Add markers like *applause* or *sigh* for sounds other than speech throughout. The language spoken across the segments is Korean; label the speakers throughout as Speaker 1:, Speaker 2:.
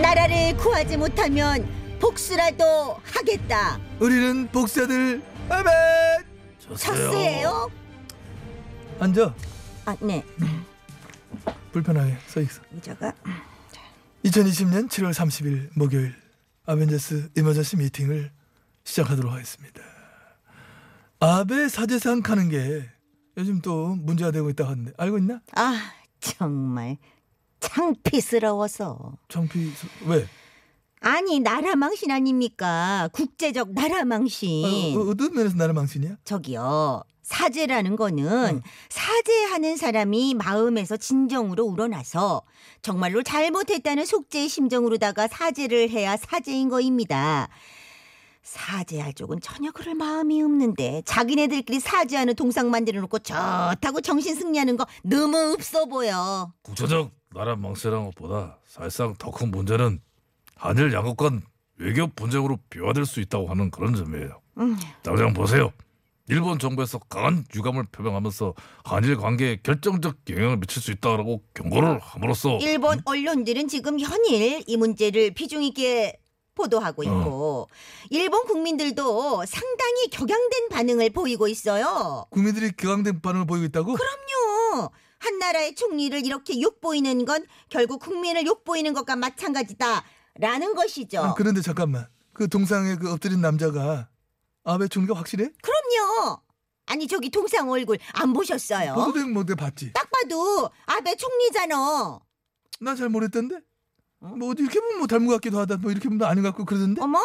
Speaker 1: 나라를 구하지 못하면 복수라도 하겠다.
Speaker 2: 우리는 복사들 아멘
Speaker 1: 쳤스예요?
Speaker 2: 앉아
Speaker 1: 아, 네.
Speaker 2: 불편하게 서 있어
Speaker 1: 의자가
Speaker 2: 2020년 7월 30일 목요일 아벤져스 이머전시 미팅을 시작하도록 하겠습니다 아베 사제상 가는 게 요즘 또 문제가 되고 있다고 하는데 알고 있나?
Speaker 1: 아, 정말 창피스러워서.
Speaker 2: 정피 왜? 아,
Speaker 1: 아니, 나라 망신 아닙니까? 국제적 나라
Speaker 2: 아, 어,
Speaker 1: 망신.
Speaker 2: 어떤 면에서 나라 망신이야?
Speaker 1: 저기요. 사죄라는 거는 사죄하는 사람이 마음에서 진정으로 우러나서 정말로 잘못했다는 속죄의 심정으로다가 사죄를 해야 사죄인 거입니다. 사죄할 쪽은 전혀 그럴 마음이 없는데 자기네들끼리 사죄하는 동상 만들어 놓고 좋다고 정신 승리하는 거 너무 없어 보여.
Speaker 3: 국제적 나라 망세라는 것보다 사실상 더 큰 문제는 한일 양국 간 외교 분쟁으로 비화될 수 있다고 하는 그런 점이에요.
Speaker 1: 음.
Speaker 3: 당장 보세요. 일본 정부에서 강한 유감을 표명하면서 한일 관계에 결정적 영향을 미칠 수 있다라고 경고를 함으로써
Speaker 1: 일본 언론들은 지금 현일 이 문제를 비중 있게
Speaker 2: 어.
Speaker 1: 보도하고 있고 일본 국민들도 상당히 격양된 반응을 보이고 있어요.
Speaker 2: 국민들이 격앙된 반응을 보이고 있다고?
Speaker 1: 그럼요. 한 나라의 총리를 이렇게 욕보이는 건 결국 국민을 욕보이는 것과 마찬가지다라는 것이죠.
Speaker 2: 아, 그런데 잠깐만 그 동상에 그 엎드린 남자가 아베 총리가 확실해?
Speaker 1: 그럼요. 아니 저기 동상 얼굴 안 보셨어요?
Speaker 2: 보도된 뭐 내가 봤지?
Speaker 1: 딱 봐도 아베 총리잖아.
Speaker 2: 난 잘 모르겠던데. 뭐 어디 이렇게 보면 뭐 닮은 것 같기도 하다. 뭐 이렇게 보면 또 아닌 것 같고 그러던데.
Speaker 1: 어머?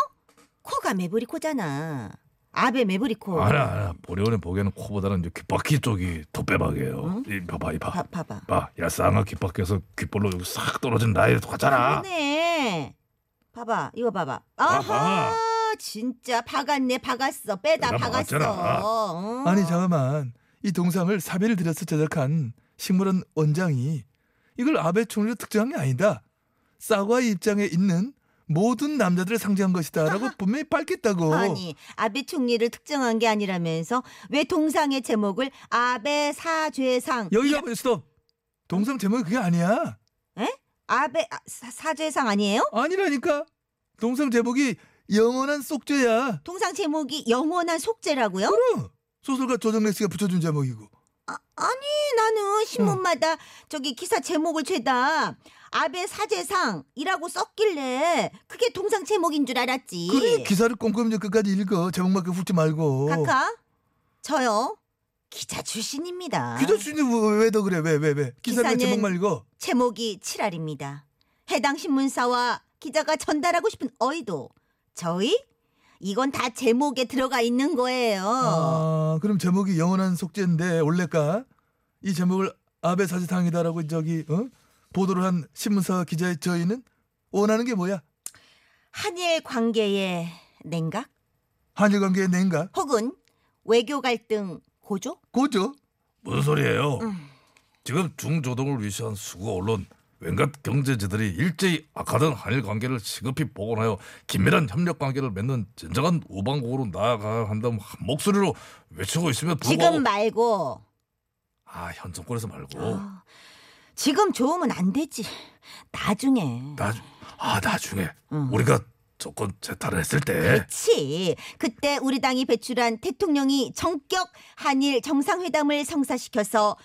Speaker 1: 코가 메브리코잖아. 아베 메브리코.
Speaker 3: 아니야 아니야 보리온의 보기에는 코보다는 이제 귓바퀴 쪽이 더 빼박이에요.
Speaker 1: 음?
Speaker 3: 이 봐봐
Speaker 1: 봐,
Speaker 3: 이봐
Speaker 1: 봐봐.
Speaker 3: 봐. 야 쌍아 귓바퀴에서 귓볼로 여기 싹 떨어진 라인 똑같잖아.
Speaker 1: 그러네. 봐봐, 이거 봐봐.
Speaker 3: 봐봐.
Speaker 1: 아하, 진짜 박았네, 박았어, 빼다
Speaker 3: 내가
Speaker 1: 박았어.
Speaker 3: 박았잖아.
Speaker 1: 어.
Speaker 2: 아니 잠깐만. 이 동상을 사비를 들여서 제작한 식물원 원장이 이걸 아베 총리로 특정한 게 아니다. 싸과의 입장에 있는 모든 남자들을 상징한 것이다라고 분명히 밝혔다고.
Speaker 1: 아니 아베 총리를 특정한 게 아니라면서 왜 동상의 제목을 아베 사죄상
Speaker 2: 여기가 뭐 스톱. 동상 제목이 그게 아니야.
Speaker 1: 아베 아, 사, 사죄상 아니에요?
Speaker 2: 아니라니까. 동상 제목이 영원한 속죄야.
Speaker 1: 동상 제목이 영원한 속죄라고요?
Speaker 2: 그럼 소설가 조정래 씨가 붙여준 제목이고.
Speaker 1: 아니 나는 신문마다 저기 기사 제목을 죄다 아베 사죄상이라고 썼길래 그게 동상 제목인 줄 알았지.
Speaker 2: 그래 기사를 꼼꼼히 좀 끝까지 읽어 제목밖에 훑지 말고
Speaker 1: 카카 저요 기자 출신입니다.
Speaker 2: 기자 주인이 왜 더 그래 왜 왜 왜 기사를 왜
Speaker 1: 기사는-
Speaker 2: 제목만 읽어
Speaker 1: 제목이 칠알입니다. 해당 신문사와 기자가 전달하고 싶은 어이도 저희 이건 다 제목에 들어가 있는 거예요.
Speaker 2: 아 그럼 제목이 영원한 속죄인데 원래까 이 제목을 아베 사지탕이다라고 저기 어? 보도를 한 신문사 기자의 저희는 원하는 게 뭐야
Speaker 1: 한일 관계의 냉각
Speaker 2: 한일 관계의 냉각
Speaker 1: 혹은 외교 갈등 고조?
Speaker 2: 고죠
Speaker 3: 무슨 소리예요? 지금 중조동을 위시한 수구 언론 웬갓 경제지들이 일제히 악화된 한일 관계를 시급히 복원하여 긴밀한 협력 관계를 맺는 진정한 우방국으로 나아가야 한다는 한 목소리로 외치고 있으면 불구하고
Speaker 1: 지금 말고
Speaker 3: 아현 정권에서 말고
Speaker 1: 아, 지금 좋으면 안 되지. 나중에.
Speaker 3: 나, 아 나중에
Speaker 1: 음.
Speaker 3: 우리가 정권 재탈을 했을 때
Speaker 1: 그치. 그때 우리 당이 배출한 대통령이 정격 한일 정상회담을 성사시켜서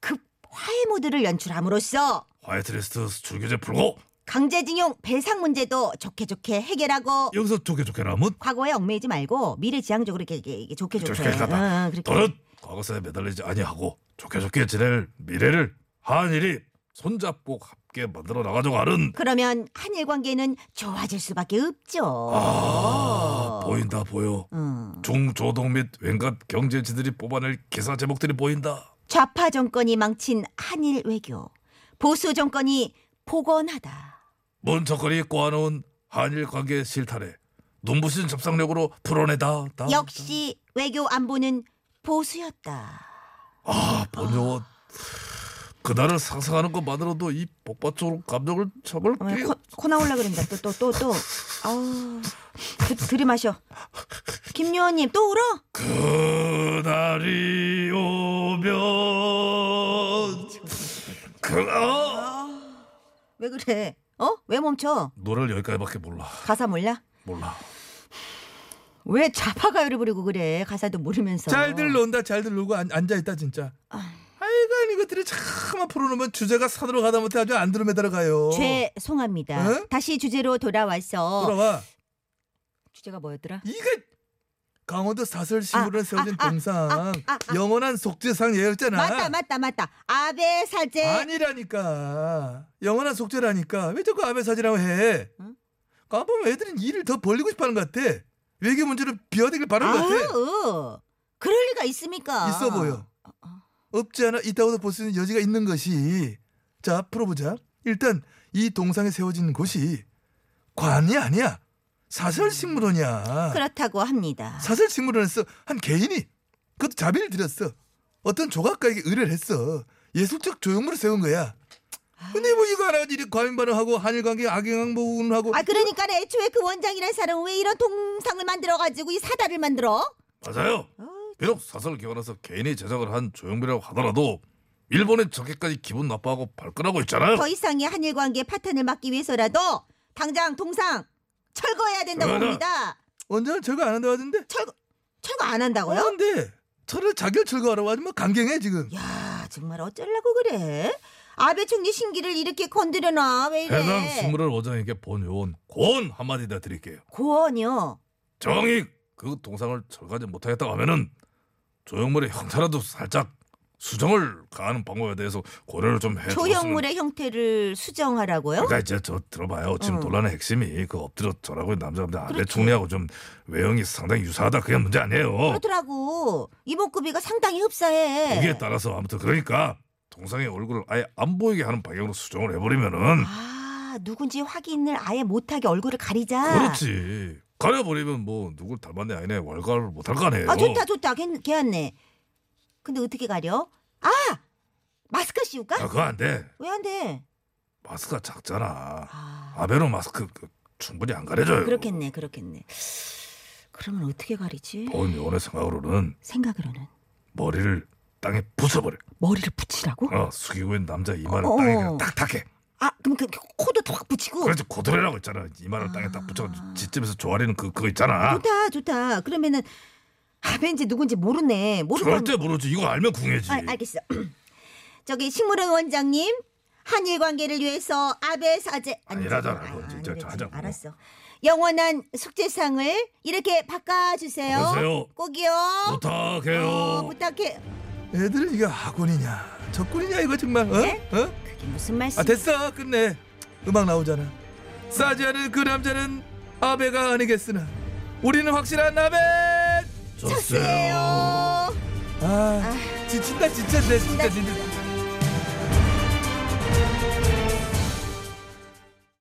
Speaker 1: 급 화해 모드를 연출함으로써
Speaker 3: 화이트리스트 수출 규제 풀고
Speaker 1: 강제징용 배상 문제도 좋게 좋게 해결하고
Speaker 3: 여기서 좋게 좋게 나면
Speaker 1: 과거에 얽매이지 말고 미래지향적으로 이렇게, 이렇게, 이렇게 좋게 좋게.
Speaker 3: 좋게 좋게
Speaker 1: 응, 그렇게.
Speaker 3: 더는 과거사에 매달리지 아니하고 좋게 좋게 지낼 미래를 한일이 손잡고 함께 만들어 나가자고 하는
Speaker 1: 그러면 한일 관계는 좋아질 수밖에 없죠.
Speaker 3: 아 보인다 보여
Speaker 1: 응.
Speaker 3: 중조동 및 웬갓 경제지들이 뽑아낼 기사 제목들이 보인다
Speaker 1: 좌파 정권이 망친 한일 외교, 보수 정권이 포건하다.
Speaker 3: 문척거리 꼬아놓은 한일 관계 실타래 눈부신 접상력으로 풀어내다.
Speaker 2: 아,
Speaker 3: 다,
Speaker 1: 역시 외교 안보는 보수였다.
Speaker 3: 아 번영원 그날을 상상하는 것만으로도 이 복받쳐로 감정을 참을
Speaker 1: 어,
Speaker 3: 게
Speaker 1: 코, 코 나올라 그런다. 또 또 또 또. 아우. 드- 들이마셔. 김요원님 또 울어?
Speaker 3: 그날이 오면 그 어!
Speaker 1: 왜 그래? 어? 왜 멈춰?
Speaker 3: 노래를 여기까지밖에 몰라
Speaker 1: 가사 몰라?
Speaker 3: 몰라
Speaker 1: 왜 자파가요를 부르고 그래? 가사도 모르면서.
Speaker 2: 잘들 논다 잘들 놀고 앉, 아있다 진짜 하여간 이것들이 참 앞으로 놓으면 주제가 산으로 가다 못해 아주 안드로메다로 가요
Speaker 1: 죄송합니다.
Speaker 2: 응?
Speaker 1: 다시 주제로 돌아와서
Speaker 2: 돌아와
Speaker 1: 주제가 뭐였더라?
Speaker 2: 이게 강원도 사설 시구를
Speaker 1: 아,
Speaker 2: 세워진
Speaker 1: 아, 아,
Speaker 2: 동상
Speaker 1: 아, 아, 아.
Speaker 2: 영원한 속죄상 예였잖아
Speaker 1: 맞다 맞다 맞다. 아베 사제.
Speaker 2: 아니라니까 영원한 속죄라니까 왜 자꾸 아베 사진이라고 해
Speaker 1: 응?
Speaker 2: 까보면 애들은 일을 더 벌리고 싶어하는 것 같아 외교 문제를 비워대길 바라는 것
Speaker 1: 아우, 그럴 리가 있습니까?
Speaker 2: 같아 있어 보여 없지 않아 있다고도 볼 수 있는 여지가 있는 것이 자 풀어보자 일단 이 동상에 세워진 곳이 관이 아니야 사설식물원이야
Speaker 1: 그렇다고 합니다.
Speaker 2: 사설 식물원에서 한 개인이 그것도 자비를 들였어. 어떤 조각가에게 의뢰를 했어. 예술적 조형물을 세운 거야. 근데 뭐 이거 하나 가지고 과민 반응하고 한일 관계 악영향 보훈하고
Speaker 1: 아 그러니까 애초에 그 원장이라는 사람은 왜 이런 동상을 만들어 가지고 이 사다를 만들어?
Speaker 3: 맞아요 비록 사설 기관에서 개인이 제작을 한 조용필이라고 하더라도 일본의 적에까지 기분 나빠하고 발끈하고 있잖아요
Speaker 1: 더 이상의 한일 관계 파탄을 막기 위해서라도 당장 동상 철거해야 된다고
Speaker 3: 그거는-
Speaker 1: 봅니다.
Speaker 2: 원장은 절거 안 한다고 하던데.
Speaker 1: 철거 철거 안
Speaker 2: 어,
Speaker 1: 한다고요?
Speaker 2: 근데 차라리 자결 철거하라고 하지 뭐 강경해 지금.
Speaker 1: 야 정말 어쩌려고 그래? 아베 총리 신기를 이렇게 건드려놔 왜 이래?
Speaker 3: 해당 신문을 원장에게 본 요원 고언 한마디 더 드릴게요
Speaker 1: 고원이요.
Speaker 3: 정이 그 동상을 절가지 못하겠다고 하면은 조형물의 형태라도 살짝 수정을 가하는 방법에 대해서 고려를 좀 해줬으면
Speaker 1: 조형물의 형태를 수정하라고요?
Speaker 3: 네, 그러니까 이제 저 들어봐요. 지금
Speaker 1: 어.
Speaker 3: 논란의 핵심이 그 엎드려 절하고 있는 남자인데 아베
Speaker 1: 그렇지.
Speaker 3: 총리하고 좀 외형이 상당히 유사하다 그게 문제 아니에요.
Speaker 1: 그렇더라고. 이목구비가 상당히 흡사해.
Speaker 3: 거기에 따라서 아무튼 그러니까 동상의 얼굴을 아예 안 보이게 하는 방향으로 수정을 해버리면은
Speaker 1: 아, 누군지 확인을 아예 못하게 얼굴을 가리자.
Speaker 3: 그렇지 가려버리면 뭐 누굴 닮았네 아니네 왈가를 못할 거 아니에요.
Speaker 1: 아, 좋다, 좋다. 괜, 괜찮네. 근데 어떻게 가려? 아! 마스크 씌울까?
Speaker 3: 아, 그거 안 돼.
Speaker 1: 왜 안 돼?
Speaker 3: 마스크가 작잖아.
Speaker 1: 아,
Speaker 3: 아베노 마스크 그, 충분히 안 가려져요.
Speaker 1: 그렇겠네, 그렇겠네. 그러면 어떻게 가리지?
Speaker 3: 본 요원의 생각으로는
Speaker 1: 생각으로는.
Speaker 3: 머리를 땅에 부숴버려.
Speaker 1: 머리를 붙이라고?
Speaker 3: 어, 숙이고 있는 남자 이마를
Speaker 1: 어.
Speaker 3: 땅에 그냥 딱딱해.
Speaker 1: 아, 그럼 그, 그 코도 탁 붙이고.
Speaker 3: 그래서 고드레라고 있잖아. 이마를 땅에 딱 붙여
Speaker 1: 아.
Speaker 3: 지점에서 조아리는 그 그거 있잖아.
Speaker 1: 좋다, 좋다. 그러면은, 아, 왠지 누군지 모르네. 모르고. 하면-
Speaker 3: 절대 모르지. 이거 알면 궁해지.
Speaker 1: 아, 알겠어. *clears throat* 저기 식물원 원장님 한일 관계를 위해서 아베 사제
Speaker 3: 아니라잖아,
Speaker 1: 아니,
Speaker 3: 그건 진짜
Speaker 1: 아니랬지.
Speaker 3: 하자고.
Speaker 1: 알았어. 영원한 숙제상을 이렇게 바꿔주세요.
Speaker 3: 바꿔주세요.
Speaker 1: 꼭이요.
Speaker 3: 부탁해요.
Speaker 1: 어, 부탁해.
Speaker 2: 애들은 이게 학원이냐 적군이냐 이거 정말. 어?
Speaker 1: 네?
Speaker 2: 어?
Speaker 1: 그게 무슨 말씀?
Speaker 2: 아 됐어 끝내. 음악 나오잖아. 싸지 않은 그 남자는 아베가 아니겠으나 우리는 확실한 아베.
Speaker 3: 좋세요.
Speaker 2: 아 지친다 아. 진짜 내 진짜 진짜.